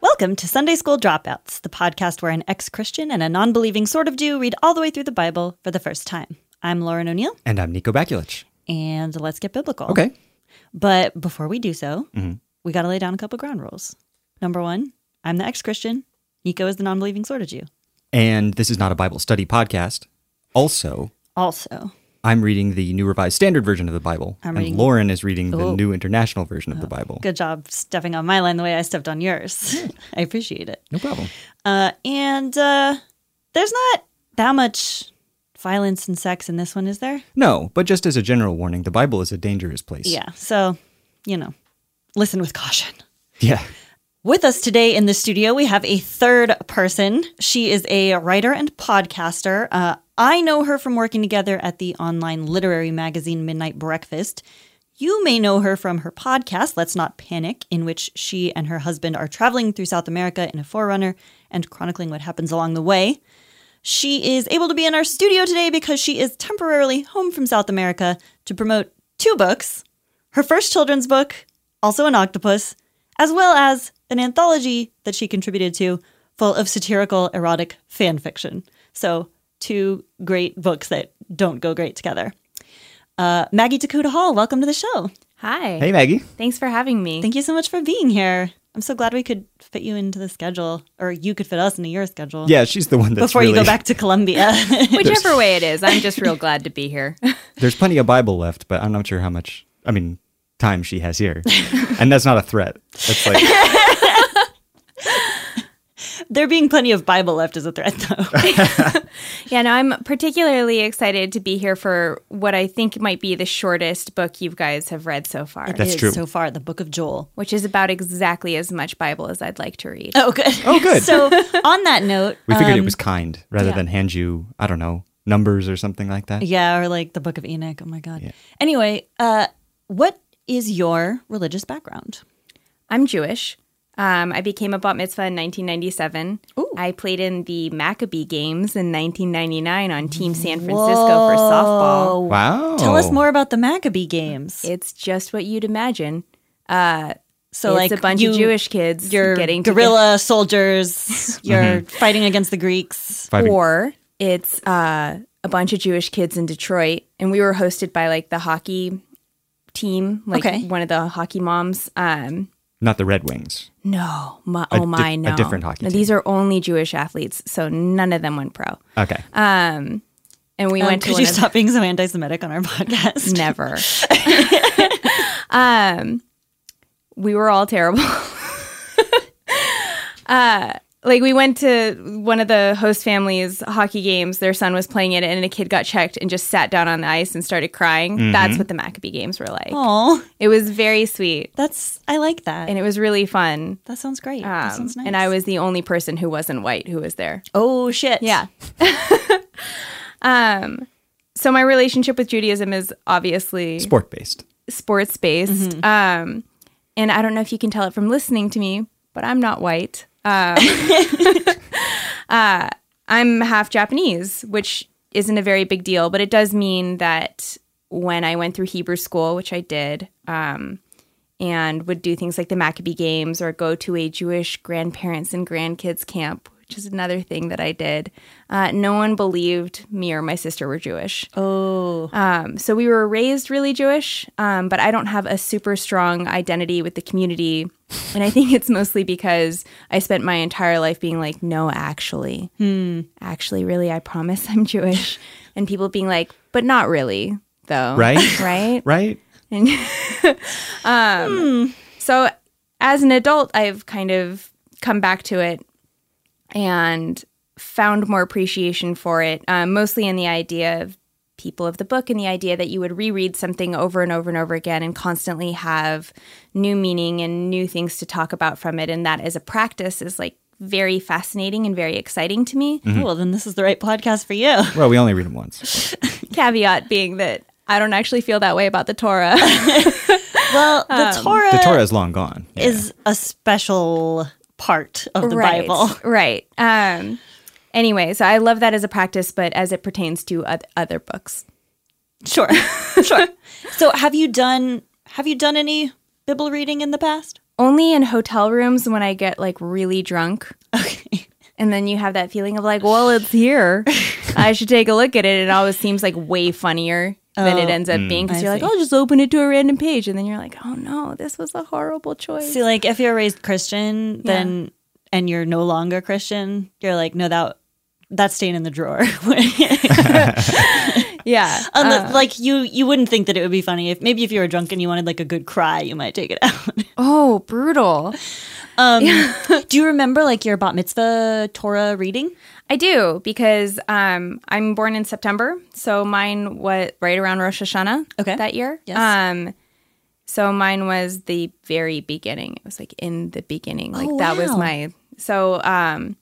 Welcome to Sunday School Dropouts, the podcast where an ex Christian and a non believing sort of Jew read all the way through the Bible for the first time. I'm Lauren O'Neill, And I'm Nico Bakulich. and let's get biblical. Okay. But before we do so, we got to lay down a couple ground rules. Number one, I'm the ex Christian. Nico is the non believing sort of Jew. And this is not a Bible study podcast. Also, Also, I'm reading the New Revised Standard Version of the Bible. I'm and reading- Lauren is reading the Oh. New International Version of the Bible. good job stepping on my line the way I stepped on yours. I appreciate it. No problem. Uh, and uh, there's not that much violence and sex in this one, is there? No, but just as a general warning, the Bible is a dangerous place. Yeah. So, you know, listen with caution. Yeah. With us today in the studio, we have a third person. She is a writer and podcaster. Uh, I know her from working together at the online literary magazine Midnight Breakfast. You may know her from her podcast, Let's Not Panic, in which she and her husband are traveling through South America in a forerunner and chronicling what happens along the way. She is able to be in our studio today because she is temporarily home from South America to promote two books her first children's book, also an octopus, as well as an anthology that she contributed to full of satirical erotic fan fiction. So, two great books that don't go great together. Uh, Maggie Takuta Hall, welcome to the show. Hi. Hey, Maggie. Thanks for having me. Thank you so much for being here. I'm so glad we could fit you into the schedule, or you could fit us into your schedule. Yeah, she's the one that's Before you really- go back to Columbia. Whichever way it is, I'm just real glad to be here. There's plenty of Bible left, but I'm not sure how much, I mean, time she has here. and that's not a threat. That's like, there being plenty of Bible left is a threat, though. yeah, no, I'm particularly excited to be here for what I think might be the shortest book you guys have read so far, That's It is true. So far, the book of Joel. which is about exactly as much Bible as I'd like to read. Oh, good. oh, good. So, on that note, we um, figured it was kind rather than hand you, I don't know, numbers or something like that. Yeah, or like the Book of Enoch. Oh my God. Anyway, uh, what is your religious background? I'm Jewish. Um, I became a bat mitzvah in 1997. I played in the Maccabee Games in 1999 on Team San Francisco for softball. Wow. Tell us more about the Maccabee games. It's just what you'd imagine. So, it's like a bunch you, of Jewish kids you're getting together. guerrilla soldiers. You're Mm-hmm. fighting against the Greeks. Fighting- or it's uh, a bunch of Jewish kids in Detroit, and we were hosted by like the hockey team, like Okay. one of the hockey moms. Um, Not the Red Wings. no, my, A oh my, di- a no, different hockey No, team. These are only Jewish athletes, so none of them went pro. Okay. Um, and we Um, went to could one you of- stop being so anti-Semitic on our podcast? never. um, we were all terrible. uh, like we went to one of the host families' hockey games. Their son was playing it, and a kid got checked and just sat down on the ice and started crying. That's what the Maccabee games were like. Oh, It was very sweet, that's I like that. and it was really fun. that sounds great. that Um, sounds nice. And I was the only person who wasn't white who was there. oh shit. Yeah. um, so my relationship with Judaism is obviously Sport based. sports based. Um, and I don't know if you can tell it from listening to me, but I'm not white. Um, uh, I'm half Japanese, which isn't a very big deal, but it does mean that when I went through Hebrew school, which I did, um, and would do things like the Maccabee Games or go to a Jewish grandparents and grandkids camp, which is another thing that I did. Uh, no one believed me or my sister were Jewish. Oh, Um, so we were raised really Jewish, um, but I don't have a super strong identity with the community. And I think it's mostly because I spent my entire life being like, no, actually, actually, really, I promise I'm Jewish. And people being like, but not really, though. Right? Right. right? And um, so as an adult, I've kind of come back to it and found more appreciation for it, um, mostly in the idea of people of the book and the idea that you would reread something over and over and over again and constantly have new meaning and new things to talk about from it. And that as a practice is like very fascinating and very exciting to me. Mm-hmm. well, then this is the right podcast for you. Well, we only read them once. Caveat being that I don't actually feel that way about the Torah. Well, the Um, Torah, The Torah is long gone. Yeah. is a special part of the Bible. Right. Um, anyway, so I love that as a practice, but as it pertains to oth- other books. Sure, sure. So, have you done have you done any Bible reading in the past? Only in hotel rooms when I get like really drunk. Okay. And then you have that feeling of like, well, it's here. I should take a look at it. It always seems like way funnier than it ends up being because Oh. I you're like, see. I'll just open it to a random page. And then you're like, oh no, this was a horrible choice. See, like if you're raised Christian, then and you're no longer Christian, you're like, no, that that's staying in the drawer. Yeah. Unless, like you, you wouldn't think that it would be funny if maybe if you were drunk and you wanted like a good cry, you might take it out. Oh, brutal. Um, do you remember like your bat mitzvah Torah reading? I do because um, I'm born in September, so mine was right around Rosh Hashanah. Okay. that year. Yes. Um, so mine was the very beginning. It was like in the beginning, like Oh, that was wow. my. So um,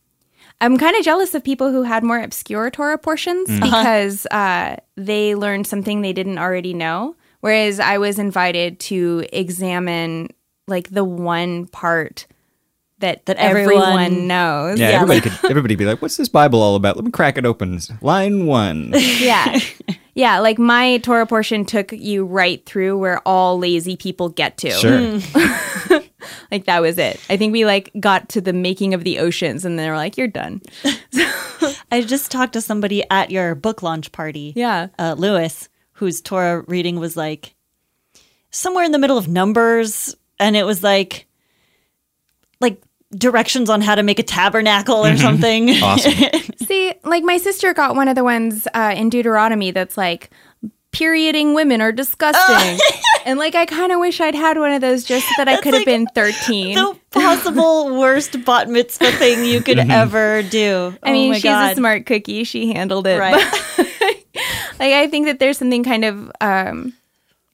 I'm kind of jealous of people who had more obscure Torah portions Mm. Uh-huh. because uh, they learned something they didn't already know. Whereas I was invited to examine like the one part that, That everyone- everyone knows. yeah, yeah, everybody could everybody be like, "What's this Bible all about?" Let me crack it open. Line one. yeah. Yeah, like my Torah portion took you right through where all lazy people get to. Sure. Like that was it. I think we like got to the making of the oceans and they were like, You're done. I just talked to somebody at your book launch party. Yeah. Uh, Lewis, whose Torah reading was like somewhere in the middle of numbers. And it was like, like directions on how to make a tabernacle or something. Awesome. See, like my sister got one of the ones uh, in Deuteronomy that's like perioding women are disgusting. and like I kinda wish I'd had one of those just so that I could have been thirteen. the possible worst bat mitzvah thing you could ever do. I oh mean, my she's God. a smart cookie. She handled it. Right. like I think that there's something kind of um,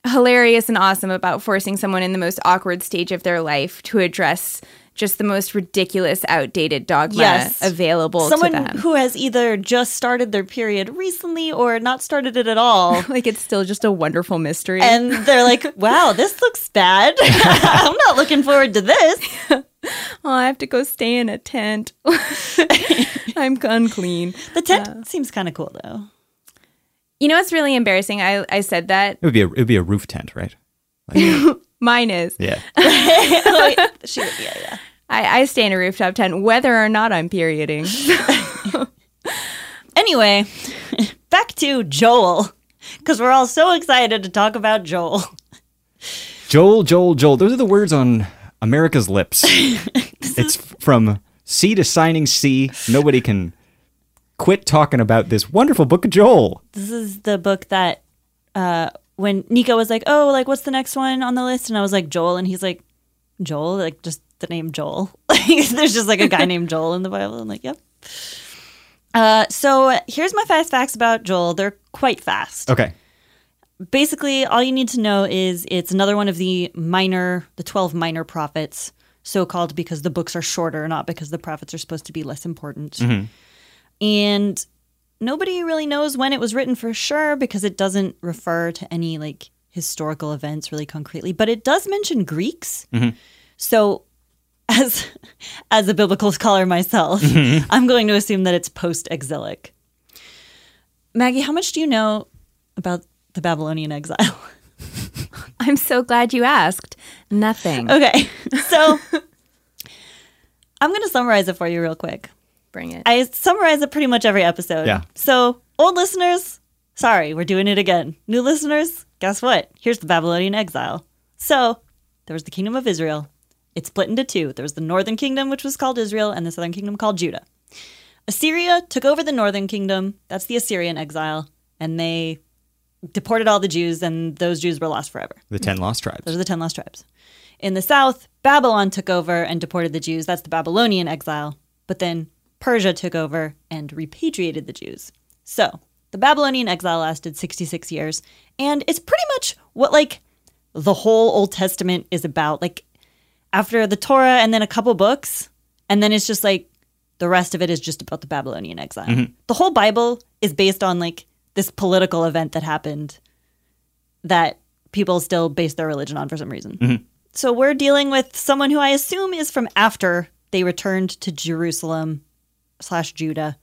hilarious and awesome about forcing someone in the most awkward stage of their life to address just the most ridiculous, outdated dogma Yes. available Someone to them. who has either just started their period recently or not started it at all. like it's still just a wonderful mystery. And they're like, wow, this looks bad. I'm not looking forward to this. oh, I have to go stay in a tent. I'm unclean. The tent seems kind of cool though. You know what's really embarrassing? I, I said that. It would be a it would be a roof tent, right? Mine is. Yeah. she, yeah, yeah. I, I stay in a rooftop tent whether or not I'm perioding. Anyway, back to Joel because we're all so excited to talk about Joel. Joel, Joel, Joel. Those are the words on America's lips. it's from sea to signing sea. Nobody can quit talking about this wonderful book of Joel. This is the book that uh, when Nico was like, "Oh, like what's the next one on the list?" and I was like, "Joel," and he's like, "Joel," like just the name Joel. Like, There's just like a guy named Joel in the Bible. I'm like, "Yep." Uh, so uh, here's my fast facts about Joel. They're quite fast. Okay. basically all you need to know is it's another one of the minor the 12 minor prophets so called because the books are shorter not because the prophets are supposed to be less important and nobody really knows when it was written for sure because it doesn't refer to any like historical events really concretely but it does mention greeks so as as a biblical scholar myself i'm going to assume that it's post-exilic maggie how much do you know about the babylonian exile I'm so glad you asked. Nothing. Okay. So I'm going to summarize it for you real quick. bring it. I summarize it pretty much every episode. Yeah. So, old listeners, sorry, we're doing it again. New listeners, guess what? Here's the Babylonian exile. So, there was the kingdom of Israel. It split into two. There was the northern kingdom, which was called Israel, and the southern kingdom called Judah. Assyria took over the northern kingdom. That's the Assyrian exile. And they deported all the Jews, and those Jews were lost forever. The ten lost Those tribes. are the 10 lost tribes. In the south, Babylon took over and deported the Jews. That's the Babylonian exile. But then Persia took over and repatriated the Jews. So the Babylonian exile lasted 66 years. And it's pretty much what, like, the whole Old Testament is about. Like, after the Torah and then a couple books, and then it's just like the rest of it is just about the Babylonian exile. The whole Bible is based on like this political event that happened that people still base their religion on for some reason. So we're dealing with someone who I assume is from after they returned to Jerusalem slash Judah,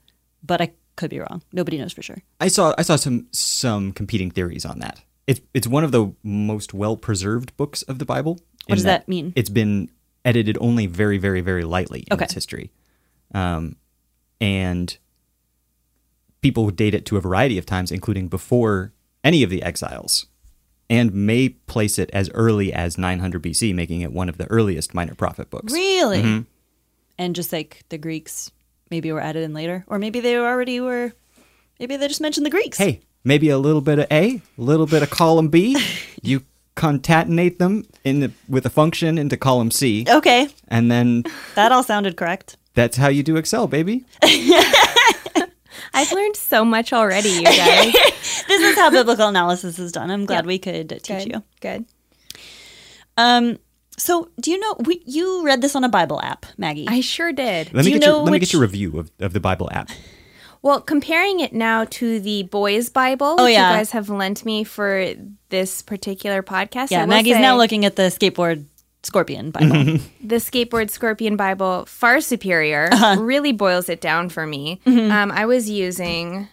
but I could be wrong. Nobody knows for sure. I saw I saw some some competing theories on that. It's it's one of the most well preserved books of the Bible. in does that mean? It's been edited only very very very lightly in Okay. its history, um, and people date it to a variety of times, including before any of the exiles, and may place it as early as 900 BC, making it one of the earliest minor prophet books. Really? And just like the Greeks maybe were added in later, or maybe they already were. Maybe they just mentioned the Greeks. hey, maybe a little bit of A, a little bit of column B. you concatenate them in the, with a function into column C, Okay, and then that all sounded correct. that's how you do Excel, baby. I've learned so much already, you guys. This is how biblical analysis is done. I'm glad we could teach Good. you. Good. Um, so, do you know we, you read this on a Bible app, Maggie? I sure did. Let Do me you get your, know let me which- get your review of, of the Bible app. Well, comparing it now to the boys' Bible, which Oh, yeah. you guys have lent me for this particular podcast. I yeah, will Maggie's say now looking at the skateboard scorpion Bible. The skateboard scorpion Bible far superior. Really boils it down for me. Um, I was using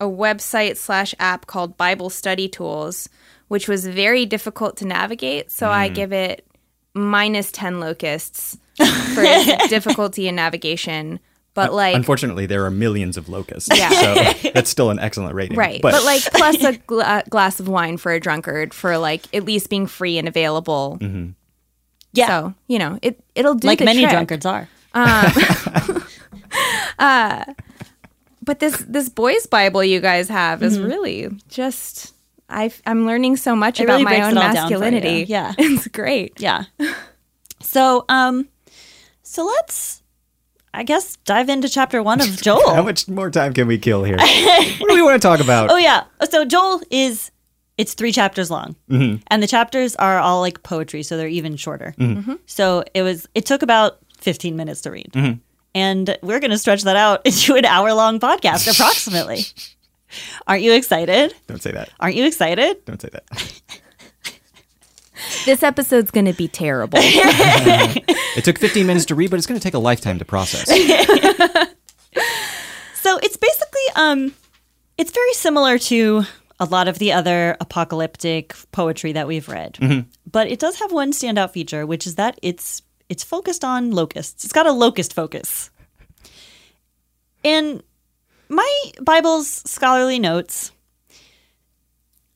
a website slash app called Bible Study Tools, which was very difficult to navigate. So I give it minus ten locusts for its difficulty in navigation. But like Unfortunately, there are millions of locusts, Yeah. so that's still an excellent rating. Right. But, like plus a gla- glass of wine for a drunkard for like at least being free and available. yeah, So, you know, it it'll do like the many trick. drunkards are. But this this boys bible you guys have is really just I I'm learning so much It about really my breaks it own all down for you. masculinity. Yeah. It's great. Yeah. So, um, so let's, I guess, dive into chapter one of Joel. How much more time can we kill here? what do we want to talk about? Oh yeah. So Joel is it's three chapters long, and the chapters are all like poetry, so they're even shorter. Mm-hmm. So it was it took about fifteen minutes to read, and we're going to stretch that out into an hour long podcast approximately. Aren't you excited? Don't say that. Aren't you excited? Don't say that. This episode's going to be terrible. It took 15 minutes to read, but it's going to take a lifetime to process. So it's basically um it's very similar to a lot of the other apocalyptic poetry that we've read. But it does have one standout feature, which is that it's it's focused on locusts. It's got a locust focus. And my Bible's scholarly notes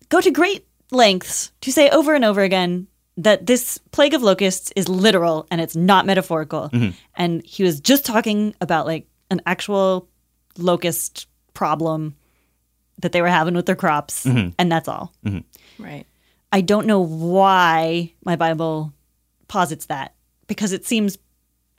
go to great lengths to say over and over again that this plague of locusts is literal and it's not metaphorical. And he was just talking about like an actual locust problem that they were having with their crops, and that's all. right. I don't know why my Bible posits that because it seems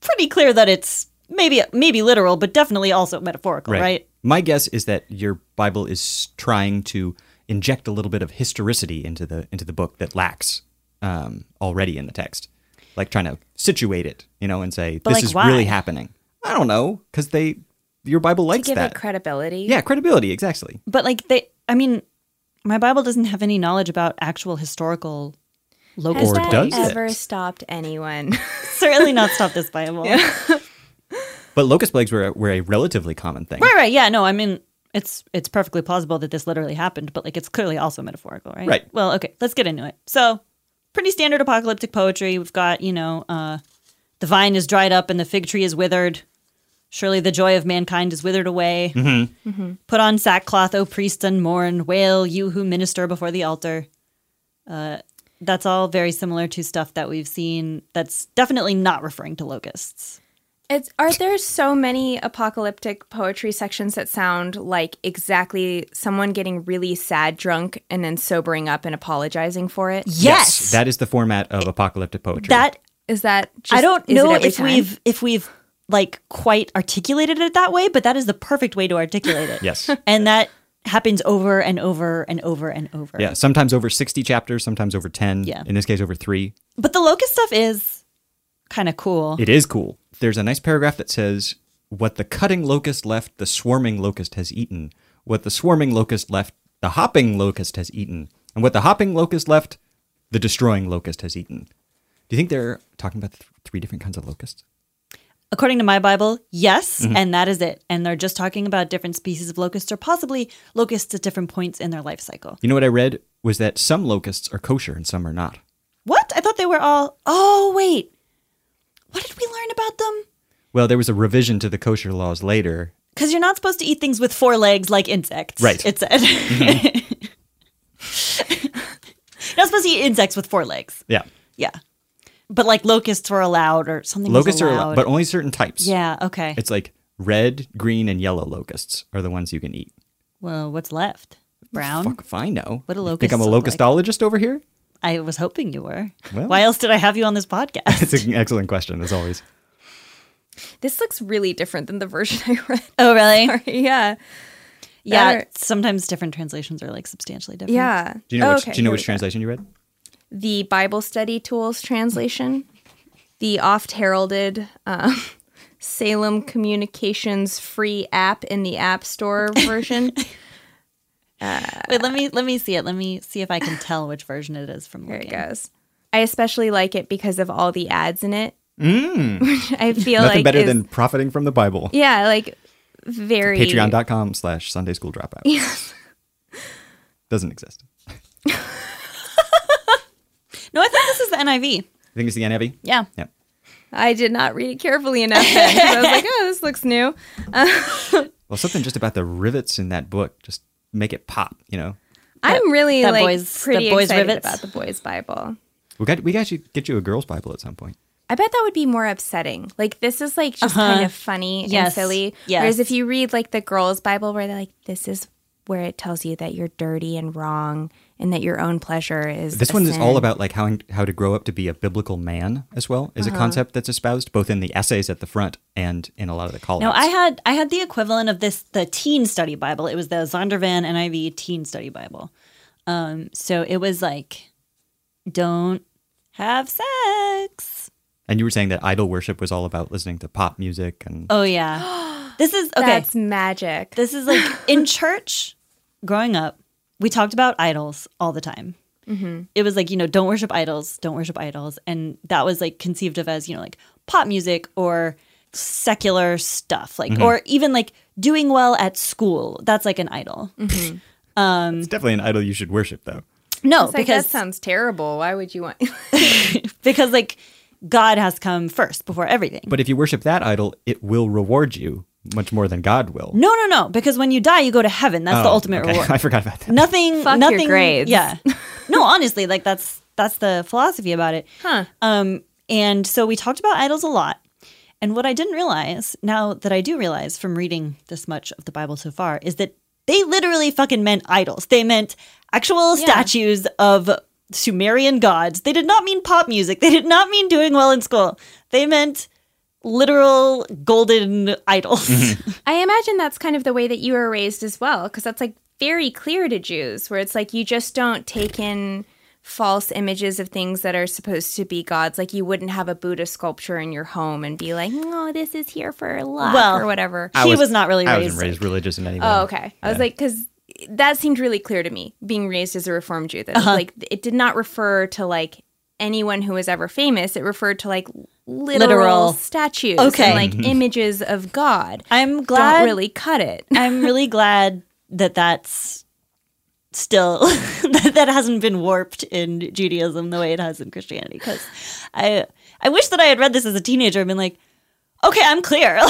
pretty clear that it's maybe maybe literal, but definitely also metaphorical, right? My guess is that your Bible is trying to inject a little bit of historicity into the into the book that lacks um, already in the text, like trying to situate it, you know, and say this like, is why? really happening. I don't know because they your Bible likes Give that. it credibility. yeah, credibility exactly. But like they, I mean, my Bible doesn't have any knowledge about actual historical Has locust. Or that does it? ever stopped anyone? Certainly not stop this Bible. But locust plagues were a- were a relatively common thing, Right, right, yeah, no, I mean. It's it's perfectly plausible that this literally happened, but like it's clearly also metaphorical, right? Right. Well, okay, let's get into it. So, pretty standard apocalyptic poetry. We've got you know, uh, the vine is dried up and the fig tree is withered. Surely the joy of mankind is withered away. Mm-hmm. Put on sackcloth, O priest, and mourn. Wail, you who minister before the altar. Uh, that's all very similar to stuff that we've seen that's definitely not referring to locusts. It's are there so many apocalyptic poetry sections that sound like exactly someone getting really sad drunk and then sobering up and apologizing for it? Yes. That is the format of apocalyptic poetry. that Is that just, I don't is it know every if time? we've if we've like quite articulated it that way, but that is the perfect way to articulate it. Yes. And that happens over and over and over and over. yeah, sometimes over 60 chapters, sometimes over 10. Yeah. In this case, over three. But the locust stuff is kind of cool. It is cool. There's a nice paragraph that says, What the cutting locust left, the swarming locust has eaten. What the swarming locust left, the hopping locust has eaten. And what the hopping locust left, the destroying locust has eaten. Do you think they're talking about th- three different kinds of locusts? According to my Bible, yes, Mm-hmm. and that is it. And they're just talking about different species of locusts or possibly locusts at different points in their life cycle. You know what I read was that some locusts are kosher and some are not. What? I thought they were all Oh, wait. What did we learn about them? Well, there was a revision to the kosher laws later. Because you're not supposed to eat things with four legs like insects. Right. It said. you're not supposed to eat insects with four legs. Yeah. Yeah. But like locusts were allowed or something. was Locusts are allowed, but only certain types. yeah, okay. It's like red, green, and yellow locusts are the ones you can eat. well, what's left? Brown? Fuck if I know. What do You think locusts I'm a look like? locustologist over here? I was hoping you were. Well- Why else did I have you on this podcast? It's an excellent question, as always. This looks really different than the version I read. oh, really? yeah. Yeah. Better. Sometimes different translations are like substantially different. Yeah. Hmm. Do you know Oh, which, okay, do you know here which we go. translation you read? the Bible Study Tools translation, the oft heralded um, Salem Communications free app in the App Store version. Wait, let me let me see it. Let me see if I can tell which version it is from Here it looking. goes. I especially like it because of all the ads in it. Which I Mm. feel Nothing like better is- than profiting from the Bible. yeah, like very Patreon.com slash Sunday School Dropout. Yes. Doesn't exist. I No, I think this is the NIV. think it's the NIV. Yeah. Yeah. I did not read it carefully enough then 'cause I was like, oh, this looks new. Well, something just about the rivets in that book just make it pop, you know? I'm really that like boys- that pretty boys excited rivets. about the boys' Bible. We got we got you get you a girl's Bible at some point. I bet that would be more upsetting. Like this is like just kind of funny Uh-huh. Yes. and silly. Yes. Whereas if you read like the girls' Bible, where they're like, this is where it tells you that you're dirty and wrong, and that your own pleasure is. This a one is sin. all about like how how to grow up to be a biblical man as well is Uh-huh. a concept that's espoused both in the essays at the front and in a lot of the call No, I had I had the equivalent of this the teen study Bible. It was the Zondervan NIV teen study Bible. Um, so it was like, don't have sex. And you were saying that idol worship was all about listening to pop music and Oh yeah, this is okay. That's magic. This is like in church. Growing up, we talked about idols all the time. It was like you know, don't worship idols, don't worship idols, and that was like conceived of as you know, like pop music or secular stuff, like or even like doing well at school. That's like an idol. it's definitely an idol you should worship though. No, It's like, because that sounds terrible. Why would you want? because like God has come first before everything. But if you worship that idol, it will reward you much more than God will. no, no, no, because when you die, you go to heaven. That's the Oh, ultimate okay. reward. I forgot about that. nothing Fuck your nothing grades. yeah no honestly like that's that's the philosophy about it Huh. um and so we talked about idols a lot and what i didn't realize now that i do realize from reading this much of the bible so far is that they literally fucking meant idols they meant actual statues of sumerian gods they did not mean pop music they did not mean doing well in school they meant literal golden idols Mm-hmm. I imagine that's kind of the way that you were raised as well, because that's like very clear to Jews, where it's like you just don't take in false images of things that are supposed to be gods. Like you wouldn't have a Buddha sculpture in your home and be like, "No, this is here for luck Well, or whatever." he was, not really I raised wasn't raised religious in any way. Oh, okay. I was like, because that seemed really clear to me, being raised as a Reformed Jew. That Uh-huh. like it did not refer to like anyone who was ever famous. It referred to like literal, Literal. statues, Okay. and, like images of God. i'm glad Don't really cut it. I'm really glad that that's still that, that hasn't been warped in Judaism the way it has in Christianity because I I wish that I had read this as a teenager and been like, okay, I'm clear. Like,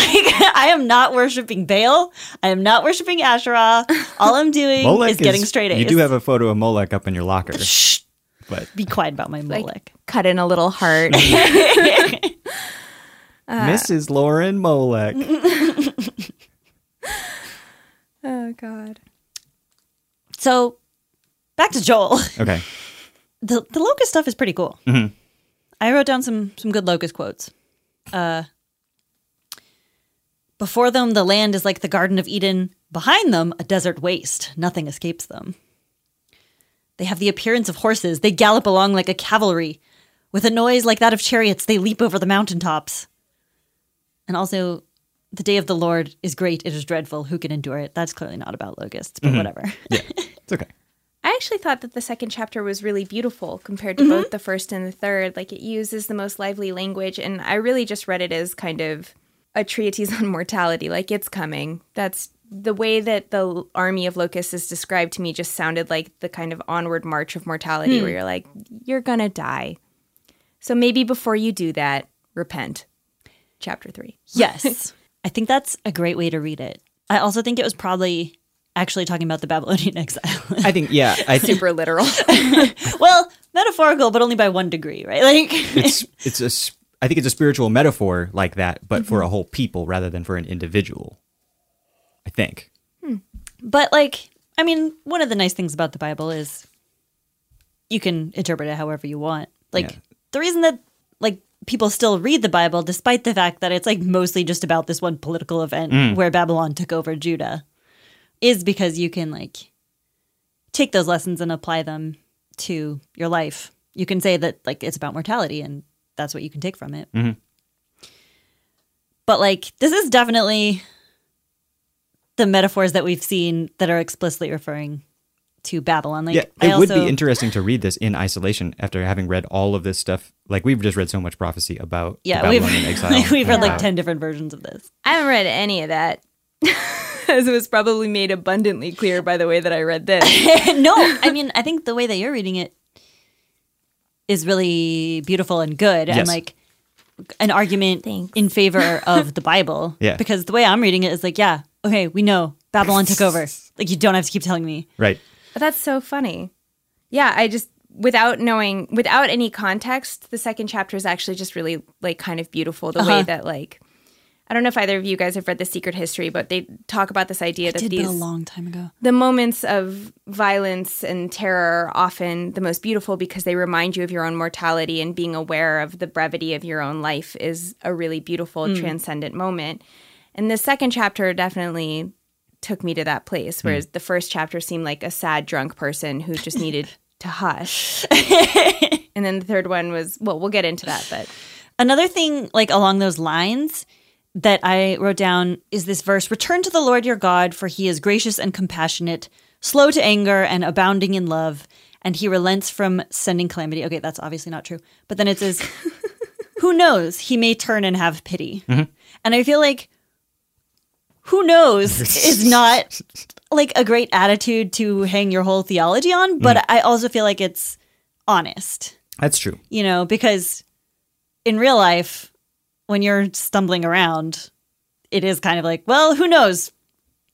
I am not worshiping Baal. I am not worshiping Asherah. All I'm doing Molech is getting straight A's. You do have a photo of Molech up in your locker, Shh, but be quiet about my Molech. Cut in a little heart. Mrs. Lauren Molech. oh God. so, back to Joel. Okay. The the locust stuff is pretty cool. I wrote down some some good locust quotes. Uh, before them, the land is like the Garden of Eden. Behind them, a desert waste. Nothing escapes them. They have the appearance of horses. They gallop along like a cavalry. With a noise like that of chariots, they leap over the mountaintops. And also, the day of the Lord is great. It is dreadful. Who can endure it? That's clearly not about locusts, but whatever. It's okay. I actually thought that the second chapter was really beautiful compared to both the first and the third. Like it uses the most lively language, and I really just read it as kind of a treatise on mortality. Like it's coming. That's the way that the l- army of locusts is described to me. Just sounded like the kind of onward march of mortality, where you're like, you're gonna die. So maybe before you do that, repent. Chapter three. Yes. I think that's a great way to read it. I also think it was probably actually talking about the Babylonian exile. I think yeah. I think Super literal. well, metaphorical, but only by one degree, right? Like, it's it's a s- I think it's a spiritual metaphor like that, but for a whole people rather than for an individual. I think. but like, I mean, one of the nice things about the Bible is you can interpret it however you want. Like, Yeah. the reason that, like, people still read the Bible, despite the fact that it's like mostly just about this one political event Mm. where Babylon took over Judah, is because you can, like, take those lessons and apply them to your life. You can say that like it's about mortality and that's what you can take from it. Mm-hmm. But like this is definitely the metaphors that we've seen that are explicitly referring to Babylon. Like yeah, I it would also be interesting to read this in isolation after having read all of this stuff. Like we've just read so much prophecy about the yeah, we've Babylonian exile. like, we've read and like about- ten different versions of this. I haven't read any of that. As it was probably made abundantly clear by the way that I read this. no, I mean I think the way that you're reading it is really beautiful and good and Yes. like an argument Thanks. in favor of the Bible. Yeah. Because the way I'm reading it is like, yeah, okay, we know Babylon took over. Like you don't have to keep telling me. Right. But that's so funny. Yeah, I just without knowing without any context, the second chapter is actually just really like kind of beautiful the Uh-huh. way that like I don't know if either of you guys have read The Secret History, but they talk about this idea that Did these that a long time ago. the moments of violence and terror are often the most beautiful because they remind you of your own mortality and being aware of the brevity of your own life is a really beautiful transcendent moment and the second chapter definitely took me to that place whereas the first chapter seemed like a sad drunk person who just needed to hush and then the third one was well we'll get into that but Another thing, like along those lines, that I wrote down is this verse Return to the Lord your God, for he is gracious and compassionate, slow to anger, and abounding in love, and he relents from sending calamity. Okay, that's obviously not true. But then it says, Who knows? He may turn and have pity. And I feel like who knows is not like a great attitude to hang your whole theology on, but I also feel like it's honest That's true. you know, because in real life, when you're stumbling around, it is kind of like, well, who knows?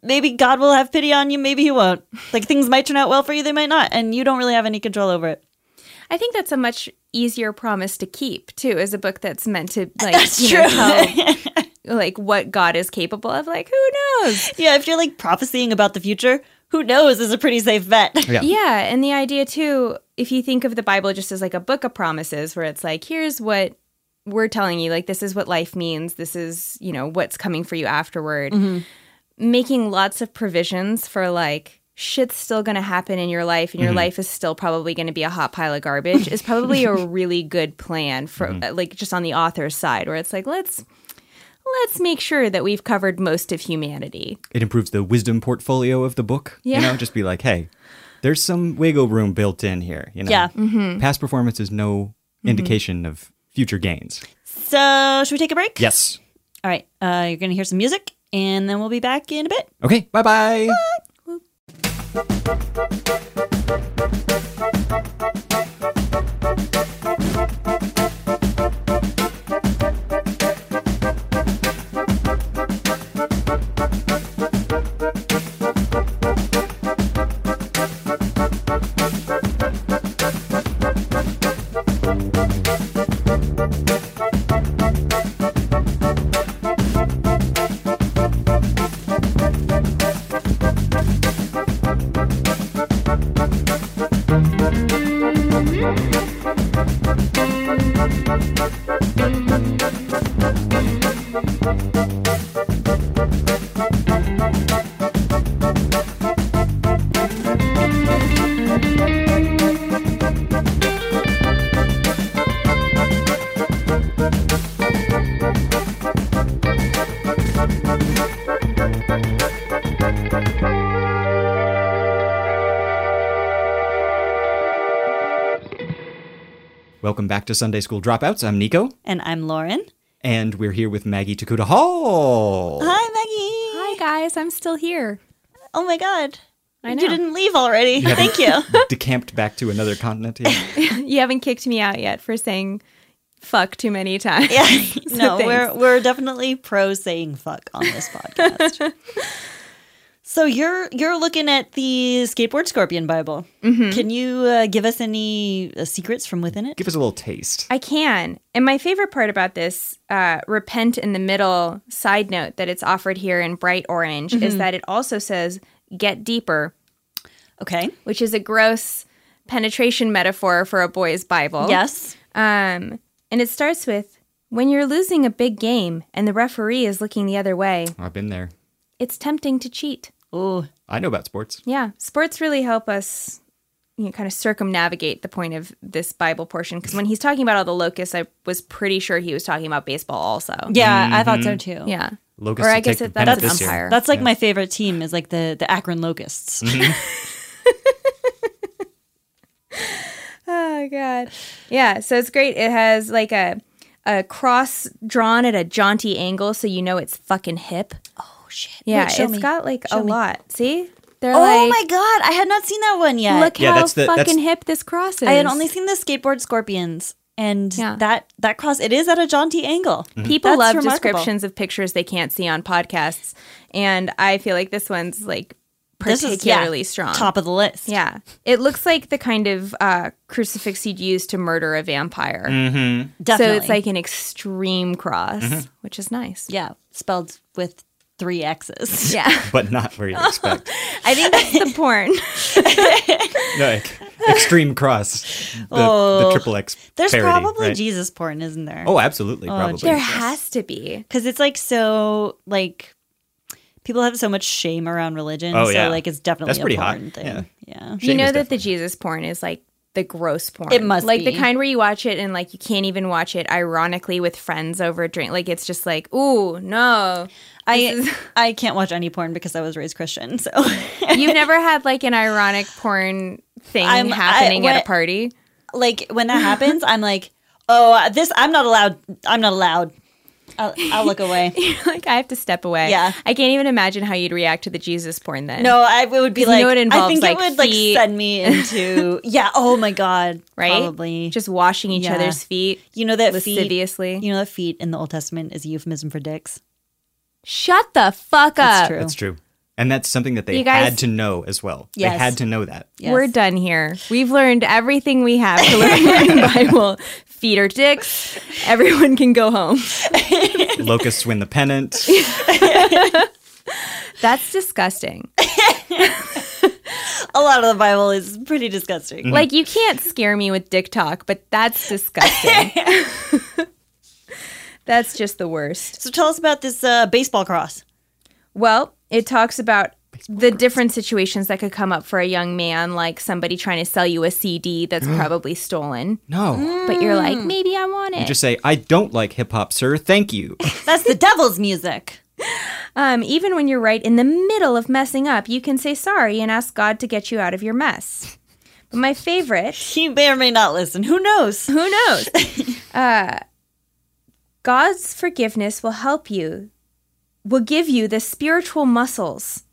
Maybe God will have pity on you, maybe He won't. Like things might turn out well for you, they might not, and you don't really have any control over it. I think that's a much easier promise to keep too, as a book that's meant to like That's you know, true. tell, like what God is capable of. Like who knows? Yeah, if you're like prophesying about the future, who knows is a pretty safe bet. Yeah. Yeah, and the idea too, if you think of the Bible just as like a book of promises, where it's like, here's what we're telling you, like this is what life means, this is you know what's coming for you afterward. Making lots of provisions for like shit's still going to happen in your life and your life is still probably going to be a hot pile of garbage is probably a really good plan for uh, like just on the author's side where it's like let's let's make sure that we've covered most of humanity It improves the wisdom portfolio of the book. You Yeah. know, just be like, hey, there's some wiggle room built in here. You know, Yeah. past performance is no Mm-hmm. indication of future gains. So, should we take a break? Yes. All right. Uh, you're going to hear some music, and then we'll be back in a bit. Okay. Bye bye. Welcome back to Sunday School Dropouts. I'm Nico, And I'm Lauren. and we're here with Maggie Takuta Hall. Hi, Maggie. Hi, guys. I'm still here. Oh my God. I You know. didn't leave already. Thank you. Decamped back to another continent. yeah. you haven't kicked me out yet for saying fuck too many times. Yeah. So no, thanks. we're we're definitely pro saying fuck on this podcast. so you're you're looking at the skateboard scorpion Bible. Mm-hmm. Can you uh, give us any uh, secrets from within it? Give us a little taste. I can. And my favorite part about this uh, repent in the middle side note that it's offered here in bright orange is that it also says get deeper, Okay. which is a gross penetration metaphor for a boy's Bible. Yes. Um, and it starts with when you're losing a big game and the referee is looking the other way, I've been there. it's tempting to cheat. Oh, I know about sports. Yeah, sports really help us you know, kind of circumnavigate the point of this Bible portion because when he's talking about all the locusts, I was pretty sure he was talking about baseball also. yeah, I thought so too. Mm-hmm. Yeah. Locusts or I will guess take it, the that's pennant this an year. umpire. That's like my favorite team is like the the Akron Locusts. Mm-hmm. Oh god. Yeah, so it's great. It has like a a cross drawn at a jaunty angle so you know it's fucking hip. oh shit! Yeah, Wait, it's show me. got like a lot. See? They're Oh like my god! I had not seen that one yet. look Yeah, how that's the- fucking that's- hip this cross is. I had only seen the skateboard scorpions, and Yeah. that that cross it is at a jaunty angle. Mm-hmm. People That's love remarkable. descriptions of pictures they can't see on podcasts, and I feel like this one's like This particularly is, yeah, strong. Top of the list. Yeah, it looks like the kind of uh, crucifix you'd use to murder a vampire. Mm-hmm. definitely. So it's like an extreme cross, which is nice. yeah, spelled with three X's. Yeah, But not where you expect. I think that's the porn. No, like, extreme cross. The, the triple X. There's parody, probably right? Jesus porn, isn't there? Oh, absolutely. probably. there has to be. because it's like so like people have so much shame around religion. Oh, so yeah. like it's definitely That's a pretty hot. porn thing. Yeah. yeah. you Shame know is that the Jesus porn is like the gross porn. It must like be. the kind where you watch it and like you can't even watch it ironically with friends over a drink. Like it's just like, ooh, no. I I can't watch any porn because I was raised Christian. So You've never had like an ironic porn thing I'm- I- happening at what- a party. like when that happens, I'm like, oh, this I'm not allowed. I'm not allowed. I'll, I'll look away. like I have to step away. Yeah. I can't even imagine how you'd react to the Jesus porn then. No, I, it would be Because like you know it I involves, think like, it would like feet. send me into yeah. Oh my god, right? Probably just washing each Yeah. other's feet. you know that feet. lasciviously. You know that feet in the Old Testament is a euphemism for dicks. Shut the fuck That's up. true. That's true. And that's something that they You guys- had to know as well. They Yes. had to know that. Yes. We're done here. We've learned everything we have to learn from the Bible. Feet are dicks. Everyone can go home. Locusts win the pennant. That's disgusting. A lot of the Bible is pretty disgusting. Like you can't scare me with dick talk, but that's disgusting. that's just the worst. So tell us about this uh, baseball cross. Well, it talks about the different situations that could come up for a young man, like somebody trying to sell you a CD that's probably stolen, No. but you're like, maybe I want it. Just say, I don't like hip hop, sir. Thank you. That's the devil's music. um, even when you're right in the middle of messing up, you can say sorry and ask God to get you out of your mess. But my favorite, He may or may not listen. Who knows? who knows? uh, God's forgiveness will help you, will give you the spiritual muscles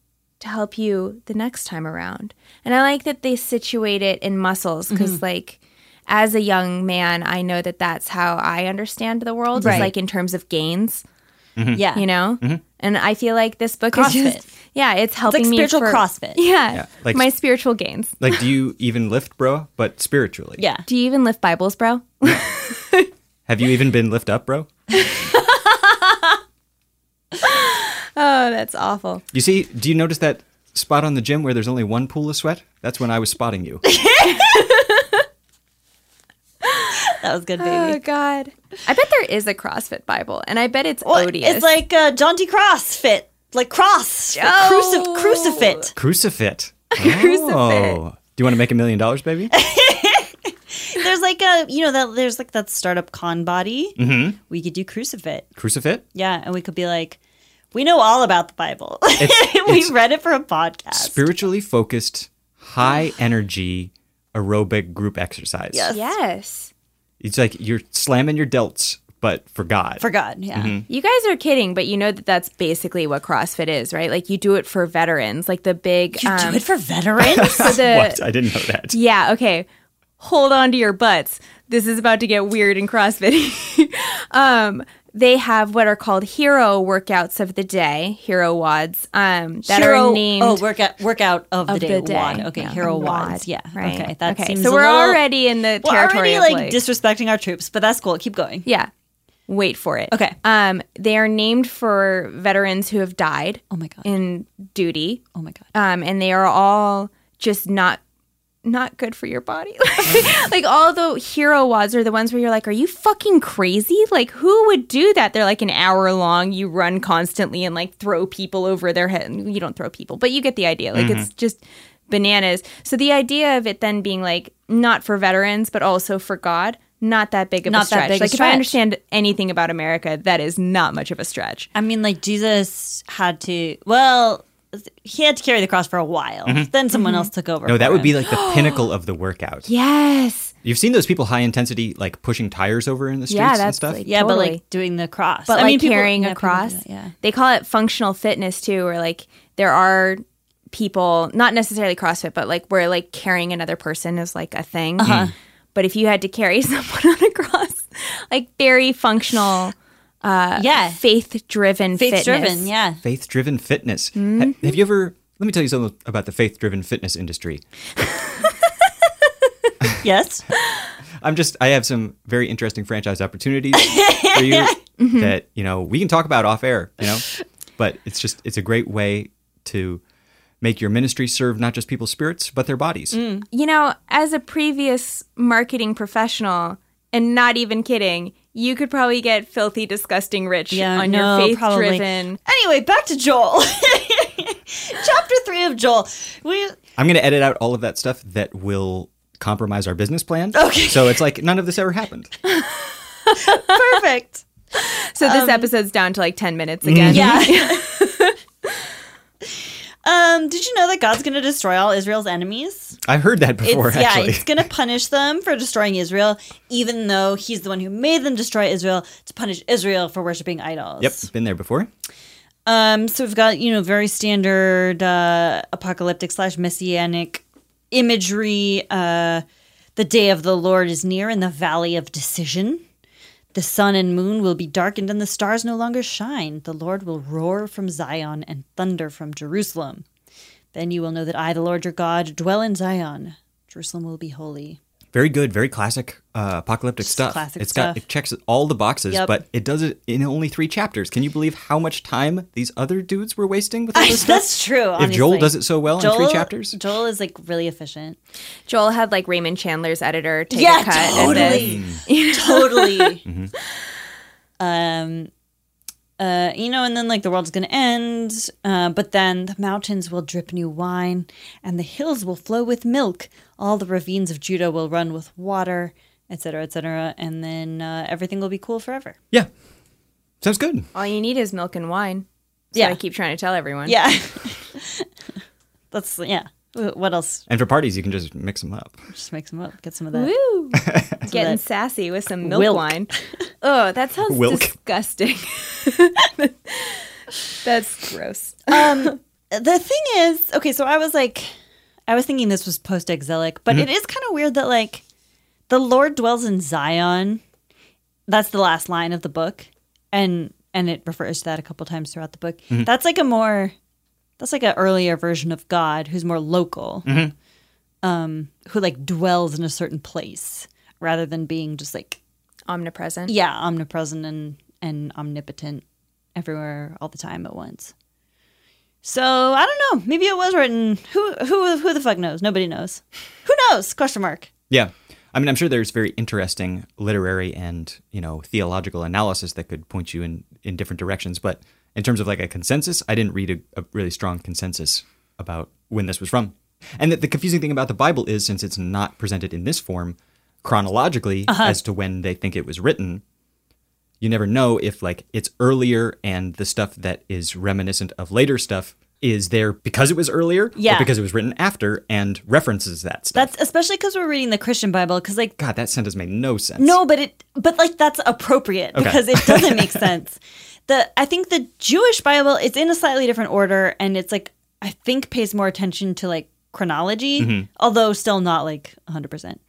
to help you the next time around. And I like that they situate it in muscles because, Mm-hmm. like, as a young man, I know that that's how I understand the world, is Right. like in terms of gains, Yeah. you know? Mm-hmm. And I feel like this book is CrossFit. just, yeah, it's helping me spiritual for- CrossFit. Yeah, Yeah, like- my spiritual gains. Like, do you even lift, bro? But spiritually. Yeah. Do you even lift Bibles, bro? Have you even been lift up, bro? Oh, that's awful. You see, do you notice that spot on the gym where there's only one pool of sweat? That's when I was spotting you. That was good, Oh baby. God! I bet there is a CrossFit Bible, and I bet it's Well, odious. It's like uh, Jaunty Cross fit, like cross, Oh. crucif- crucifit. Crucifit. Oh. Do you want to make a million dollars, baby? There's like a you know that there's like that startup con body. Mm-hmm. We could do crucifit. Crucifit? Yeah, and we could be like, we know all about the Bible. we it's- read it for a podcast. Spiritually focused, high energy aerobic group exercise. Yes. yes. It's like you're slamming your delts, but for God. for God, yeah. Mm-hmm. You guys are kidding, but you know that that's basically what CrossFit is, right? Like you do it for veterans, like the big. You um, do it for veterans? so the- what? I didn't know that. Yeah, okay. Hold on to your butts. This is about to get weird in CrossFit. um, they have what are called hero workouts of the day, hero wads, um, that hero, are named oh, workout workout of, the, day, the day. wad. Okay, Yeah. hero Wad, wads. Yeah. right. Okay, that Okay, seems so a we're little- already in the we're territory already of, like, like- disrespecting our troops, but that's cool. Keep going. Yeah. Wait for it. Okay. Um, they are named for veterans who have died Oh my god. in duty. Oh my god. Um, and they are all just not not good for your body. like all the hero wads are the ones where you're like, Are you fucking crazy? Like who would do that? They're like an hour long, you run constantly and like throw people over their head. You don't throw people, but you get the idea. Like it's just bananas. So the idea of it then being like not for veterans, but also for God, not that big of a Not that stretch. big a like if stretch. I understand anything about America, that is not much of a stretch. I mean, like Jesus had to well he had to carry the cross for a while. Then someone Mm-hmm. else took over. Mm-hmm. No, that for would be him. like the pinnacle of the workout. Yes. You've seen those people high intensity, like pushing tires over in the streets Yeah, and that's stuff. like- yeah, but totally. like doing the cross. but I like mean, people- carrying yeah, a people do cross. that, yeah. They call it functional fitness too, where like there are people, not necessarily CrossFit, but like where like carrying another person is like a thing. Uh-huh. But if you had to carry someone on a cross, like very functional, yeah. faith driven Faith fitness. driven, yeah. faith driven fitness. Ha- Mm-hmm. have you ever? Let me tell you something about the faith driven fitness industry. Yes. I'm just I have some very interesting franchise opportunities for you Mm-hmm. that you know we can talk about off air, you know. But it's just it's a great way to make your ministry serve not just people's spirits but their bodies. Mm. You know, as a previous marketing professional, and not even kidding, you could probably get filthy, disgusting rich Yeah, on no, your faith probably. driven. Anyway, back to Joel. Chapter three of Joel. We I'm going to edit out all of that stuff that will compromise our business plan. Okay. So it's like none of this ever happened. perfect. So this episode's down to like 10 minutes again. Um, yeah. um, did you know that God's going to destroy all Israel's enemies? I've heard that It's, before yeah, actually. it's going to punish them for destroying Israel, even though He's the one who made them destroy Israel to punish Israel for worshiping idols. Yep, been there before. Um, so we've got you know very standard uh, apocalyptic slash messianic imagery. Uh, the day of the Lord is near in the valley of decision. The sun and moon will be darkened, and the stars no longer shine. The Lord will roar from Zion and thunder from Jerusalem. Then you will know that I, the Lord your God, dwell in Zion. Jerusalem will be holy. Very good, very classic uh, apocalyptic stuff. classic it's got stuff. it checks all the boxes, Yep. but it does it in only three chapters. Can you believe how much time these other dudes were wasting with all this stuff? That's true. If Joel does it so well in three chapters, Joel is like really efficient. Joel had like Raymond Chandler's editor take yeah, a cut. and then- totally, totally. Um, uh, you know, and then like the world's gonna end, uh, but then the mountains will drip new wine, and the hills will flow with milk. All the ravines of Judah will run with water, etc., etc., and then uh, everything will be cool forever. yeah, sounds good. all you need is milk and wine. That's Yeah. what I keep trying to tell everyone. Yeah, that's yeah. Wh- What else? And for parties, you can just mix them up. Just make some up, get some of that. Woo! Getting that- sassy with some milk Wilk. wine. Oh, that sounds Wilk. disgusting. That's gross. the thing is, okay, so I was like, I was thinking this was post exilic, but it is kind of weird that like the Lord dwells in Zion. That's the last line of the book, and and it refers to that a couple times throughout the book. That's like a more, that's like an earlier version of God who's more local, um, who like dwells in a certain place rather than being just like Omnipresent. yeah, omnipresent and, and omnipotent everywhere all the time at once. So I don't know. Maybe it was written. Who who who the fuck knows? Nobody knows. Who knows? Question mark. Yeah, I mean, I'm sure there's very interesting literary and you know theological analysis that could point you in in different directions. But in terms of like a consensus, I didn't read a, a really strong consensus about when this was from. And that the confusing thing about the Bible is, since it's not presented in this form chronologically as to when they think it was written, you never know if like it's earlier and the stuff that is reminiscent of later stuff is there because it was earlier Yeah. or because it was written after and references that stuff. That's especially because we're reading the Christian Bible. Because like God, that sentence made no sense. No, but it but like that's appropriate because it doesn't make sense. The I think the Jewish Bible it's in a slightly different order and it's like I think pays more attention to like chronology, although still not like 100%.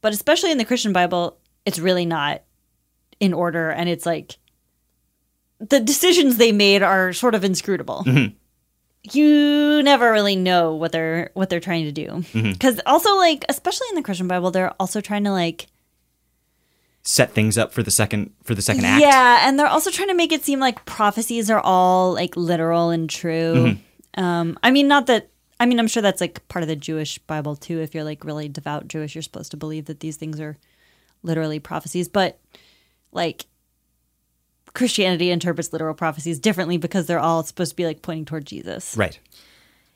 But especially in the Christian Bible, it's really not in order and it's like the decisions they made are sort of inscrutable. You never really know what they're what they're trying to do. Cuz also like especially in the Christian Bible they're also trying to like Set things up for the second for the second act. yeah, and they're also trying to make it seem like prophecies are all like literal and true. Mm-hmm. Um, I mean, not that. I mean, I'm sure that's like part of the Jewish Bible too. If you're like really devout Jewish, you're supposed to believe that these things are literally prophecies. But like Christianity interprets literal prophecies differently because they're all supposed to be like pointing toward Jesus. Right.